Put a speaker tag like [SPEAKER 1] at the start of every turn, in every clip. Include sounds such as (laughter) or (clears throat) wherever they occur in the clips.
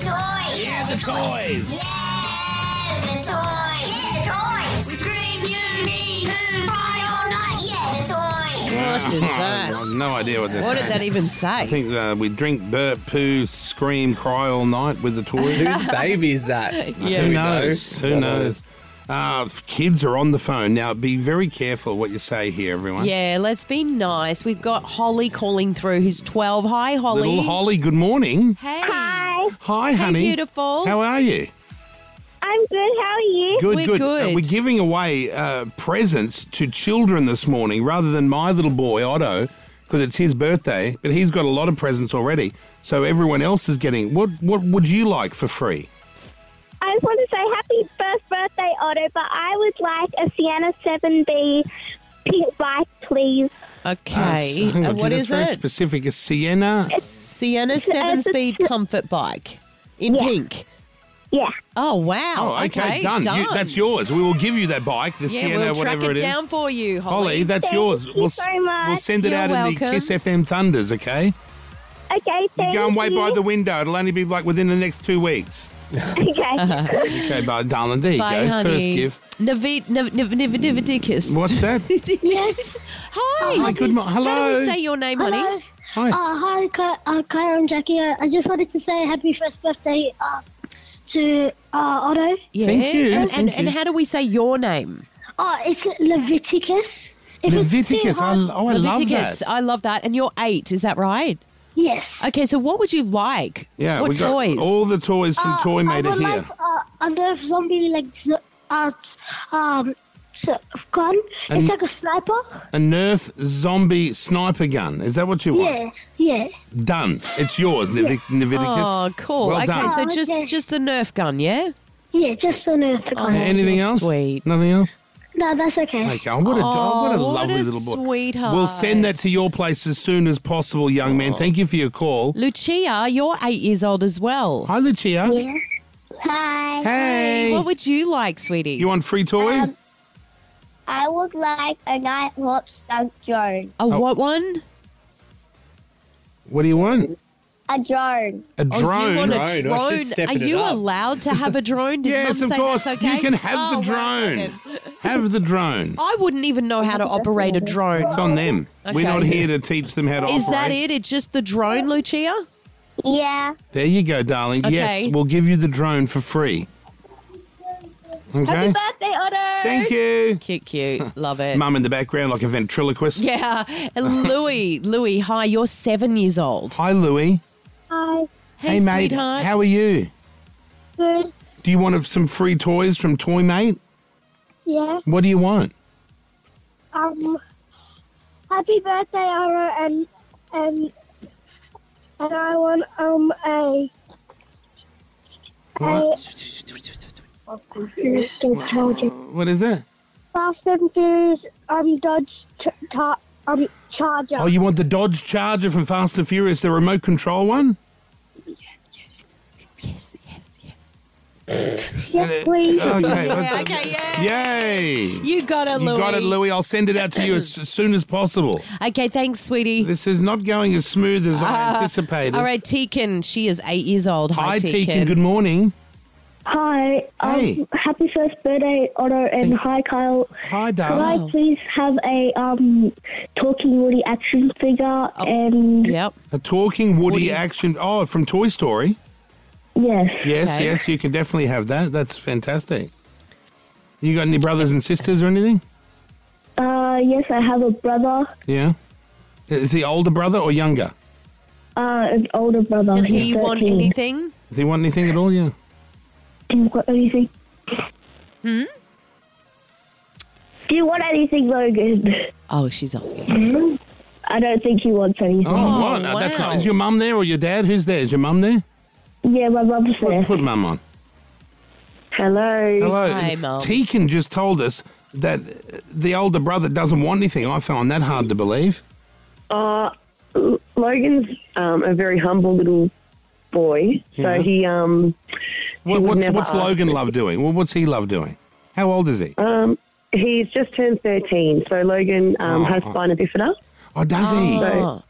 [SPEAKER 1] Yeah, the toys!
[SPEAKER 2] Yeah, the toys. Yeah, the toys. We scream uni, hoon, pie all night. Yeah, the toys.
[SPEAKER 3] What is
[SPEAKER 1] (laughs)
[SPEAKER 3] that?
[SPEAKER 1] I have no idea what this
[SPEAKER 3] What
[SPEAKER 1] is.
[SPEAKER 3] did that even say?
[SPEAKER 1] I think uh, we drink, burp, poo, scream, cry all night with the
[SPEAKER 3] (laughs)
[SPEAKER 1] toys.
[SPEAKER 4] Whose baby is that?
[SPEAKER 3] Yeah.
[SPEAKER 1] Who
[SPEAKER 4] We
[SPEAKER 1] knows?
[SPEAKER 4] know.
[SPEAKER 1] Who knows? Uh, f- kids are on the phone. Now, be very careful what you say here, everyone.
[SPEAKER 3] yeah, let's be nice. We've got Holly calling through who's 12. Hi, Holly.
[SPEAKER 1] Little Holly, good morning.
[SPEAKER 3] Hey.
[SPEAKER 5] Hi,
[SPEAKER 1] Hi, honey.
[SPEAKER 3] beautiful.
[SPEAKER 1] How are you?
[SPEAKER 5] I'm good. How are you?
[SPEAKER 1] Good,
[SPEAKER 3] We're
[SPEAKER 1] good.
[SPEAKER 3] good.
[SPEAKER 1] Uh, we're giving away uh, presents to children this morning rather than my little boy, Otto, because it's his birthday, but he's got a lot of presents already. So everyone else is getting. What, what would you like for free?
[SPEAKER 5] I just want to say happy first birthday, Otto, but I would like a Sienna 7B pink bike, please.
[SPEAKER 3] Okay.
[SPEAKER 1] Uh, hang
[SPEAKER 3] Uh,
[SPEAKER 1] on, gee,
[SPEAKER 3] what
[SPEAKER 1] that's
[SPEAKER 3] is
[SPEAKER 1] very
[SPEAKER 3] it?
[SPEAKER 1] specific. A Sienna.
[SPEAKER 3] Sienna 7
[SPEAKER 5] it's a
[SPEAKER 3] speed
[SPEAKER 5] tri-
[SPEAKER 3] comfort bike in
[SPEAKER 5] Yeah.
[SPEAKER 3] pink.
[SPEAKER 5] Yeah.
[SPEAKER 3] Oh, wow.
[SPEAKER 1] Oh, okay, done. You, that's yours. We will give you that bike, the
[SPEAKER 3] Yeah,
[SPEAKER 1] Sienna,
[SPEAKER 3] we'll track
[SPEAKER 1] whatever
[SPEAKER 3] it,
[SPEAKER 1] is.
[SPEAKER 3] down for you,
[SPEAKER 1] Holly,
[SPEAKER 3] Holly.
[SPEAKER 1] that's
[SPEAKER 5] Thank
[SPEAKER 1] yours.
[SPEAKER 5] you
[SPEAKER 1] we'll,
[SPEAKER 5] so
[SPEAKER 1] we'll
[SPEAKER 5] much.
[SPEAKER 1] send it
[SPEAKER 3] You're
[SPEAKER 1] out in
[SPEAKER 3] welcome.
[SPEAKER 1] the Kiss FM Thunders, okay?
[SPEAKER 5] Okay,
[SPEAKER 1] You
[SPEAKER 5] thank
[SPEAKER 1] go and wait by
[SPEAKER 5] (laughs)
[SPEAKER 1] the window. It'll only be like within the next two weeks.
[SPEAKER 5] Okay.
[SPEAKER 1] Okay, bye, darling. There you
[SPEAKER 3] Bye,
[SPEAKER 1] go.
[SPEAKER 3] honey.
[SPEAKER 1] First gift.
[SPEAKER 3] Navid, nav, nav, nav, Navidicus.
[SPEAKER 1] What's that?
[SPEAKER 3] (laughs)
[SPEAKER 6] Yes.
[SPEAKER 3] Hi.
[SPEAKER 1] Hi, good morning. Oh, Hello.
[SPEAKER 3] How do we say your name,
[SPEAKER 6] Hello.
[SPEAKER 3] honey?
[SPEAKER 1] Hi.
[SPEAKER 5] Oh,
[SPEAKER 6] Uh, hi, Ky- uh, Kyra and Jackie. Uh, I just wanted to say happy first birthday uh, to uh, Otto.
[SPEAKER 3] Yeah.
[SPEAKER 1] Thank you,
[SPEAKER 3] And,
[SPEAKER 1] thank
[SPEAKER 3] and, and
[SPEAKER 1] you.
[SPEAKER 3] how do we say your name?
[SPEAKER 6] Oh, it's Leviticus. If it's too
[SPEAKER 1] Leviticus. I,
[SPEAKER 6] hard-
[SPEAKER 1] l- oh, I love
[SPEAKER 3] Leviticus.
[SPEAKER 1] that.
[SPEAKER 3] I love that. And you're eight, is that right?
[SPEAKER 6] yes.
[SPEAKER 3] Okay, so what would you like?
[SPEAKER 1] Yeah,
[SPEAKER 3] what
[SPEAKER 1] we got
[SPEAKER 3] toys?
[SPEAKER 1] all the toys from
[SPEAKER 5] Oh,
[SPEAKER 6] Uh,
[SPEAKER 1] Toy
[SPEAKER 6] I
[SPEAKER 1] Made
[SPEAKER 6] would
[SPEAKER 1] here.
[SPEAKER 6] like uh, I don't know if zombie like z- uh, t- um so gun.
[SPEAKER 1] And-
[SPEAKER 6] it's like a sniper.
[SPEAKER 1] A Nerf zombie sniper gun. Is that what you want?
[SPEAKER 6] Yeah, yeah.
[SPEAKER 1] Done. It's yours, Levi- Leviticus.
[SPEAKER 3] Oh, cool.
[SPEAKER 1] Well
[SPEAKER 3] okay,
[SPEAKER 1] done.
[SPEAKER 3] so
[SPEAKER 6] Oh,
[SPEAKER 3] just
[SPEAKER 6] okay.
[SPEAKER 3] just the Nerf gun, yeah?
[SPEAKER 6] Yeah, just an earth gun.
[SPEAKER 3] Oh.
[SPEAKER 1] Uh, Anything
[SPEAKER 3] you're
[SPEAKER 1] else?
[SPEAKER 3] sweet.
[SPEAKER 1] Nothing else?
[SPEAKER 6] No, that's okay.
[SPEAKER 1] Okay, oh, what a, oh, what a
[SPEAKER 3] what
[SPEAKER 1] lovely
[SPEAKER 3] a
[SPEAKER 1] little boy.
[SPEAKER 3] sweetheart.
[SPEAKER 1] We'll send that to your place as soon as possible, young
[SPEAKER 4] Oh.
[SPEAKER 1] man. Thank you for your call.
[SPEAKER 3] Lucia, you're eight years old as well.
[SPEAKER 1] Hi, Lucia.
[SPEAKER 5] (laughs) Hi.
[SPEAKER 1] Hey.
[SPEAKER 3] What would you like, sweetie?
[SPEAKER 1] you want free toy?
[SPEAKER 5] Um, I would like a Nighthawk skunk drone.
[SPEAKER 3] a what one?
[SPEAKER 1] what do you want?
[SPEAKER 5] A drone.
[SPEAKER 1] A
[SPEAKER 3] Oh,
[SPEAKER 1] drone.
[SPEAKER 3] you want
[SPEAKER 4] Drone, I
[SPEAKER 3] a
[SPEAKER 4] was just
[SPEAKER 3] drone? Are
[SPEAKER 4] stepping it
[SPEAKER 3] you
[SPEAKER 4] up.
[SPEAKER 3] allowed to have a drone? Did
[SPEAKER 1] yes,
[SPEAKER 3] Mum
[SPEAKER 1] of
[SPEAKER 3] say
[SPEAKER 1] course.
[SPEAKER 3] That's okay?
[SPEAKER 1] You can have
[SPEAKER 3] Oh,
[SPEAKER 1] the
[SPEAKER 3] well,
[SPEAKER 1] drone.
[SPEAKER 3] okay.
[SPEAKER 1] have the
[SPEAKER 3] (laughs)
[SPEAKER 1] drone.
[SPEAKER 3] I wouldn't even know how to operate a drone.
[SPEAKER 1] It's on them. We're
[SPEAKER 3] Okay.
[SPEAKER 1] not here to teach them how to
[SPEAKER 3] Is that
[SPEAKER 1] operate.
[SPEAKER 3] it? It's just the drone, Lucia?
[SPEAKER 5] Yeah.
[SPEAKER 1] There you go, darling. Yes,
[SPEAKER 3] Okay.
[SPEAKER 1] we'll give you the drone for free. Okay.
[SPEAKER 5] Birthday, Otto.
[SPEAKER 1] Thank you. (laughs)
[SPEAKER 3] Cute, cute. Love it.
[SPEAKER 1] Mum in the background like a ventriloquist.
[SPEAKER 3] Yeah. (laughs) And Louis, Louis, hi, you're seven years old.
[SPEAKER 1] Hi, Louie.
[SPEAKER 5] Hi.
[SPEAKER 3] Hey,
[SPEAKER 1] mate.
[SPEAKER 3] sweetheart.
[SPEAKER 1] How are you?
[SPEAKER 5] Good.
[SPEAKER 1] Do you want some free toys from Toy Mate?
[SPEAKER 5] Yeah.
[SPEAKER 1] What do you want?
[SPEAKER 5] Um. Happy birthday, Otto, and and and I want um a
[SPEAKER 1] What,
[SPEAKER 5] Fast and
[SPEAKER 1] what is it?
[SPEAKER 5] Furious um Dodge ch- ta- um Charger.
[SPEAKER 1] Oh, you want the Dodge Charger from Fast and Furious, the remote control one?
[SPEAKER 3] yes, yes, yes.
[SPEAKER 5] yes, please.
[SPEAKER 1] Okay.
[SPEAKER 3] Yeah,
[SPEAKER 1] let's-
[SPEAKER 3] okay, yeah.
[SPEAKER 1] Yay!
[SPEAKER 3] You got it,
[SPEAKER 1] You
[SPEAKER 3] Louis.
[SPEAKER 1] got it, Louie. I'll send it out to you
[SPEAKER 3] (clears throat)
[SPEAKER 1] as, as soon as possible.
[SPEAKER 3] Okay, thanks, sweetie.
[SPEAKER 1] This is not going as smooth as I anticipated.
[SPEAKER 3] Ah, All right, Tekin. She is eight years old. Hi,
[SPEAKER 1] Hi,
[SPEAKER 3] Tekin.
[SPEAKER 1] Tegan. Good morning.
[SPEAKER 5] Hi. um,
[SPEAKER 1] Hey.
[SPEAKER 5] Happy first birthday, Otto, and hi, Kyle.
[SPEAKER 1] Hi,
[SPEAKER 5] Could
[SPEAKER 1] darling.
[SPEAKER 3] Wow.
[SPEAKER 5] I please have a um talking Woody action figure
[SPEAKER 1] Oh.
[SPEAKER 5] and
[SPEAKER 3] Yep.
[SPEAKER 1] A talking Woody
[SPEAKER 3] Woody.
[SPEAKER 1] action. Oh, from Toy Story.
[SPEAKER 5] yes,
[SPEAKER 1] Yes,
[SPEAKER 3] Okay.
[SPEAKER 1] yes, you can definitely have that. That's fantastic. You got any brothers and sisters or anything?
[SPEAKER 5] uh, yes, I have a brother,
[SPEAKER 1] Yeah. Is he older brother or younger?
[SPEAKER 5] uh, an older brother.
[SPEAKER 3] Does
[SPEAKER 5] He's
[SPEAKER 3] he want
[SPEAKER 5] 13.
[SPEAKER 3] anything?
[SPEAKER 1] Does he want anything at all? Yeah.
[SPEAKER 5] Do you want anything? Hmm. Do you want anything, Logan?
[SPEAKER 3] Oh, she's asking.
[SPEAKER 5] I don't think he wants anything.
[SPEAKER 1] Oh, what? No, That's
[SPEAKER 3] wow.
[SPEAKER 1] not. Is your mum there or your dad? Who's there? Is your mum there?
[SPEAKER 5] Yeah, my brother's
[SPEAKER 1] Put,
[SPEAKER 5] there.
[SPEAKER 1] put mum on.
[SPEAKER 5] Hello.
[SPEAKER 1] Hello.
[SPEAKER 3] Hi, Mum.
[SPEAKER 1] Tegan just told us that uh, the older brother doesn't want anything. I found that hard to believe.
[SPEAKER 7] Uh, L- Logan's um, a very humble little boy,
[SPEAKER 1] Yeah.
[SPEAKER 7] so he um,
[SPEAKER 1] What,
[SPEAKER 7] would
[SPEAKER 1] what's
[SPEAKER 7] never
[SPEAKER 1] what's
[SPEAKER 7] ask
[SPEAKER 1] Logan Love doing? Well, what's he Love doing? How old is he?
[SPEAKER 7] um, he's just turned thirteen. So Logan um,
[SPEAKER 1] Oh.
[SPEAKER 7] has spina bifida.
[SPEAKER 3] uh,
[SPEAKER 1] Oh, does he?
[SPEAKER 7] So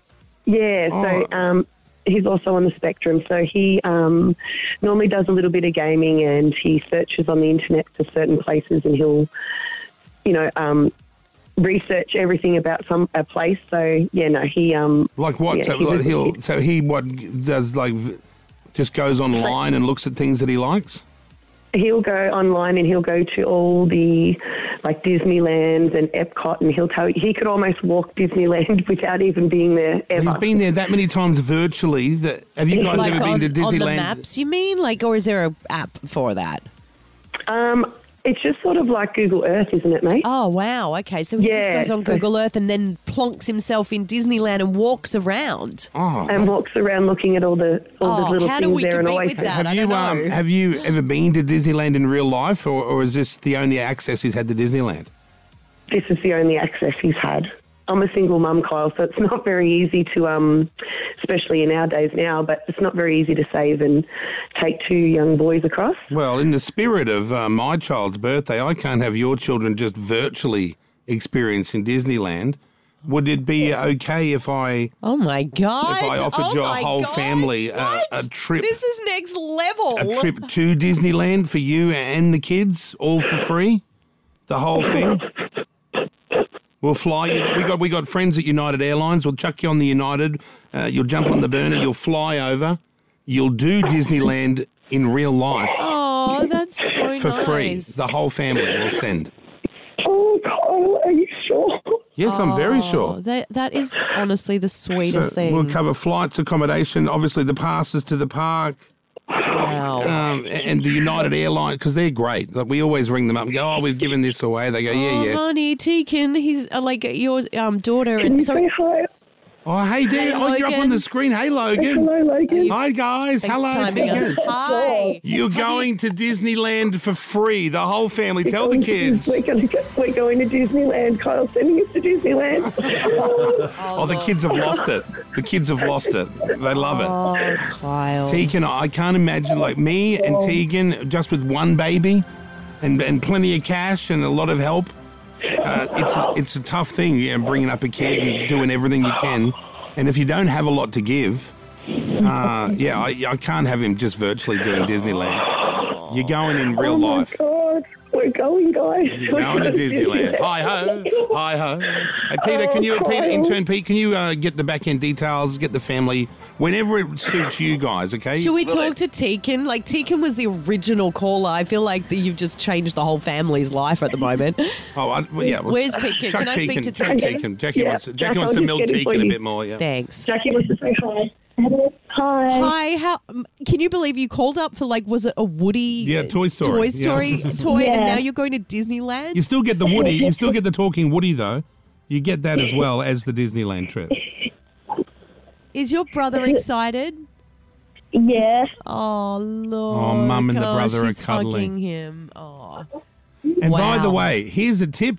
[SPEAKER 7] yeah, so um, he's also on the spectrum, so he um, normally does a little bit of gaming and he searches on the internet for certain places, and he'll, you know, um, research everything about some a place. So yeah, no, he um,
[SPEAKER 1] Like what?
[SPEAKER 7] Yeah,
[SPEAKER 1] so
[SPEAKER 7] he
[SPEAKER 1] like,
[SPEAKER 7] was-
[SPEAKER 1] he'll so he what does like v- just goes online and looks at things that he likes.
[SPEAKER 7] he'll go online and he'll go to all the like Disneylands and Epcot, and he'll tell you he could almost walk Disneyland (laughs) without even being there ever.
[SPEAKER 1] He's been there that many times virtually. That have you guys
[SPEAKER 3] like
[SPEAKER 1] ever
[SPEAKER 3] on,
[SPEAKER 1] been to Disneyland?
[SPEAKER 3] on the maps, you mean? Like, or is there a app for that?
[SPEAKER 7] um, it's just sort of like Google Earth, isn't it, mate?
[SPEAKER 3] Oh wow, okay. So he just
[SPEAKER 7] Yeah,
[SPEAKER 3] goes on
[SPEAKER 7] so-
[SPEAKER 3] Google Earth and then plonks himself in Disneyland and walks around.
[SPEAKER 1] Oh,
[SPEAKER 3] Um,
[SPEAKER 7] and walks around looking at all the all
[SPEAKER 3] Oh,
[SPEAKER 7] the little
[SPEAKER 3] how do
[SPEAKER 7] things
[SPEAKER 3] we
[SPEAKER 7] there and
[SPEAKER 3] compete
[SPEAKER 7] always
[SPEAKER 3] with that?
[SPEAKER 1] have
[SPEAKER 3] I
[SPEAKER 1] you
[SPEAKER 3] don't
[SPEAKER 1] um,
[SPEAKER 3] know.
[SPEAKER 1] have you ever been to Disneyland in real life, or, or is this the only access he's had to Disneyland?
[SPEAKER 7] this is the only access he's had. I'm a single mum, Kyle, so it's (laughs) not very easy to, um, especially in our days now, but it's not very easy to save and take two young boys across.
[SPEAKER 1] Well, in the spirit of uh, my child's birthday, I can't have your children just virtually experiencing Disneyland. Would it be okay if I
[SPEAKER 3] Oh my god!
[SPEAKER 1] If I offered
[SPEAKER 3] oh
[SPEAKER 1] your
[SPEAKER 3] my
[SPEAKER 1] whole
[SPEAKER 3] God.
[SPEAKER 1] family a-
[SPEAKER 3] What?
[SPEAKER 1] a trip-
[SPEAKER 3] This is next level.
[SPEAKER 1] a trip to Disneyland for you and the kids, all for free, the whole thing. We'll fly you. We got we got friends at United Airlines. We'll chuck you on the United. Uh, you'll jump on the burner. You'll fly over. You'll do Disneyland in real life
[SPEAKER 3] Oh, that's so
[SPEAKER 1] for
[SPEAKER 3] nice.
[SPEAKER 1] free. The whole family will send.
[SPEAKER 7] Oh, Kyle, are you sure?
[SPEAKER 1] Yes, I'm very
[SPEAKER 3] Oh,
[SPEAKER 1] sure.
[SPEAKER 3] that, that is honestly the sweetest
[SPEAKER 1] So
[SPEAKER 3] thing.
[SPEAKER 1] we'll cover flights, accommodation, obviously the passes to the park,
[SPEAKER 3] wow.
[SPEAKER 1] um, and the United Airlines because they're great. Like we always ring them up and go, "Oh, we've given this away." They go, "Yeah,
[SPEAKER 3] Oh,
[SPEAKER 1] yeah."
[SPEAKER 3] honey, Tekin, he's uh, like your um, daughter.
[SPEAKER 7] Can you
[SPEAKER 3] And, sorry,
[SPEAKER 7] say hi?
[SPEAKER 1] Oh, hey, Dan.
[SPEAKER 3] Hey,
[SPEAKER 1] oh, you're up on
[SPEAKER 3] Logan.
[SPEAKER 1] the screen. Hey, Logan.
[SPEAKER 7] Hello, Logan.
[SPEAKER 1] Hi, guys. Hello.
[SPEAKER 3] FaceTiming
[SPEAKER 1] Tegan.
[SPEAKER 3] us. Hi.
[SPEAKER 1] You're going to Disneyland for free. The whole family. Tell the
[SPEAKER 7] Going to
[SPEAKER 1] kids.
[SPEAKER 7] Dis- We're going, to go, we're going to Disneyland. Kyle's sending us to Disneyland.
[SPEAKER 1] Oh, the kids have lost it. The kids have lost it. They love
[SPEAKER 3] Oh, Kyle.
[SPEAKER 1] it. Tegan, I can't imagine like me and
[SPEAKER 7] Oh.
[SPEAKER 1] Tegan just with one baby and, and plenty of cash and a lot of help. Uh, it's, a- it's a tough thing, yeah, bringing up a kid and doing everything you can. And if you don't have a lot to give, uh, yeah, I, I can't have him just virtually doing Disneyland. You're going in real
[SPEAKER 7] oh, my
[SPEAKER 1] life.
[SPEAKER 7] God. We're going, guys. We're
[SPEAKER 1] Going to
[SPEAKER 7] (laughs)
[SPEAKER 1] Disneyland. Hi ho, hi ho. Hey, Peter, can you,
[SPEAKER 7] Oh,
[SPEAKER 1] Peter,
[SPEAKER 7] Kyle.
[SPEAKER 1] intern Pete, can you uh, get the back end details, get the family, whenever it suits you guys, okay?
[SPEAKER 3] Should we talk to Tekin? Like Tekin was the original caller. I feel like that you've just changed the whole family's life at the moment.
[SPEAKER 1] Oh, I, well, yeah. well,
[SPEAKER 3] Where's Tekin?
[SPEAKER 1] Chuck
[SPEAKER 3] Can I speak
[SPEAKER 1] Tekin,
[SPEAKER 3] to
[SPEAKER 1] Chuck
[SPEAKER 3] Tekin?
[SPEAKER 1] Tekin. Jackie
[SPEAKER 7] Yeah,
[SPEAKER 1] wants, Jackie
[SPEAKER 7] Jack,
[SPEAKER 1] wants to
[SPEAKER 7] I'll just
[SPEAKER 1] milk
[SPEAKER 7] get it for
[SPEAKER 1] Tekin a
[SPEAKER 7] you.
[SPEAKER 1] bit more, yeah.
[SPEAKER 3] Thanks.
[SPEAKER 7] Jackie wants to say hi.
[SPEAKER 6] Hi.
[SPEAKER 3] Hi. How um, can you believe you called up for like was it a Woody?
[SPEAKER 1] Yeah, Toy Story.
[SPEAKER 3] Toy
[SPEAKER 1] Yeah.
[SPEAKER 3] Story toy, and
[SPEAKER 6] Yeah.
[SPEAKER 3] now you're going to Disneyland.
[SPEAKER 1] You still get the Woody, you still get the talking Woody, though. You get that as well as the Disneyland
[SPEAKER 3] (laughs)
[SPEAKER 1] trip.
[SPEAKER 3] Is your brother excited?
[SPEAKER 6] Yeah.
[SPEAKER 3] Oh
[SPEAKER 1] Oh,
[SPEAKER 3] Lord!
[SPEAKER 1] Mum and the
[SPEAKER 3] Gosh,
[SPEAKER 1] brother are
[SPEAKER 3] she's
[SPEAKER 1] cuddling.
[SPEAKER 3] hugging him. Oh,
[SPEAKER 1] And by the
[SPEAKER 3] Wow.
[SPEAKER 1] way, here's a tip.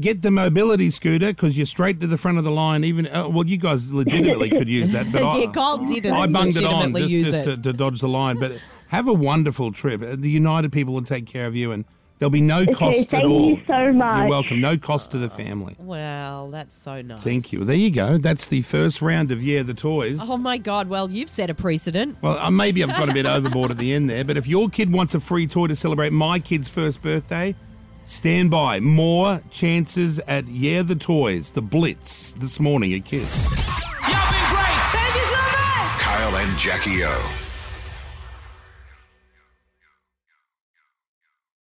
[SPEAKER 1] Get the mobility scooter because you're straight to the front of the line. Even uh, well, you guys legitimately could use that, but I,
[SPEAKER 3] (laughs) yeah, Carl didn't
[SPEAKER 1] I bunged it on
[SPEAKER 3] legitimately
[SPEAKER 1] just,
[SPEAKER 3] use
[SPEAKER 1] just
[SPEAKER 3] it.
[SPEAKER 1] To, to dodge the line. But have a wonderful trip. Uh, The United people will take care of you, and there'll be no cost
[SPEAKER 6] thank
[SPEAKER 1] at all.
[SPEAKER 6] you so much.
[SPEAKER 1] You're welcome. No cost to the family.
[SPEAKER 3] Wow, that's so nice.
[SPEAKER 1] Thank you. There you go. That's the first round of yeah the toys.
[SPEAKER 3] Oh my God! Well, you've set a precedent.
[SPEAKER 1] Well, uh, maybe I've got a
[SPEAKER 3] (laughs)
[SPEAKER 1] bit overboard at the end there, but if your kid wants a free toy to celebrate my kid's first birthday, stand by. More chances at Yeah the Toys, the Blitz, this morning at Kiss.
[SPEAKER 4] Kyle and Jackie O.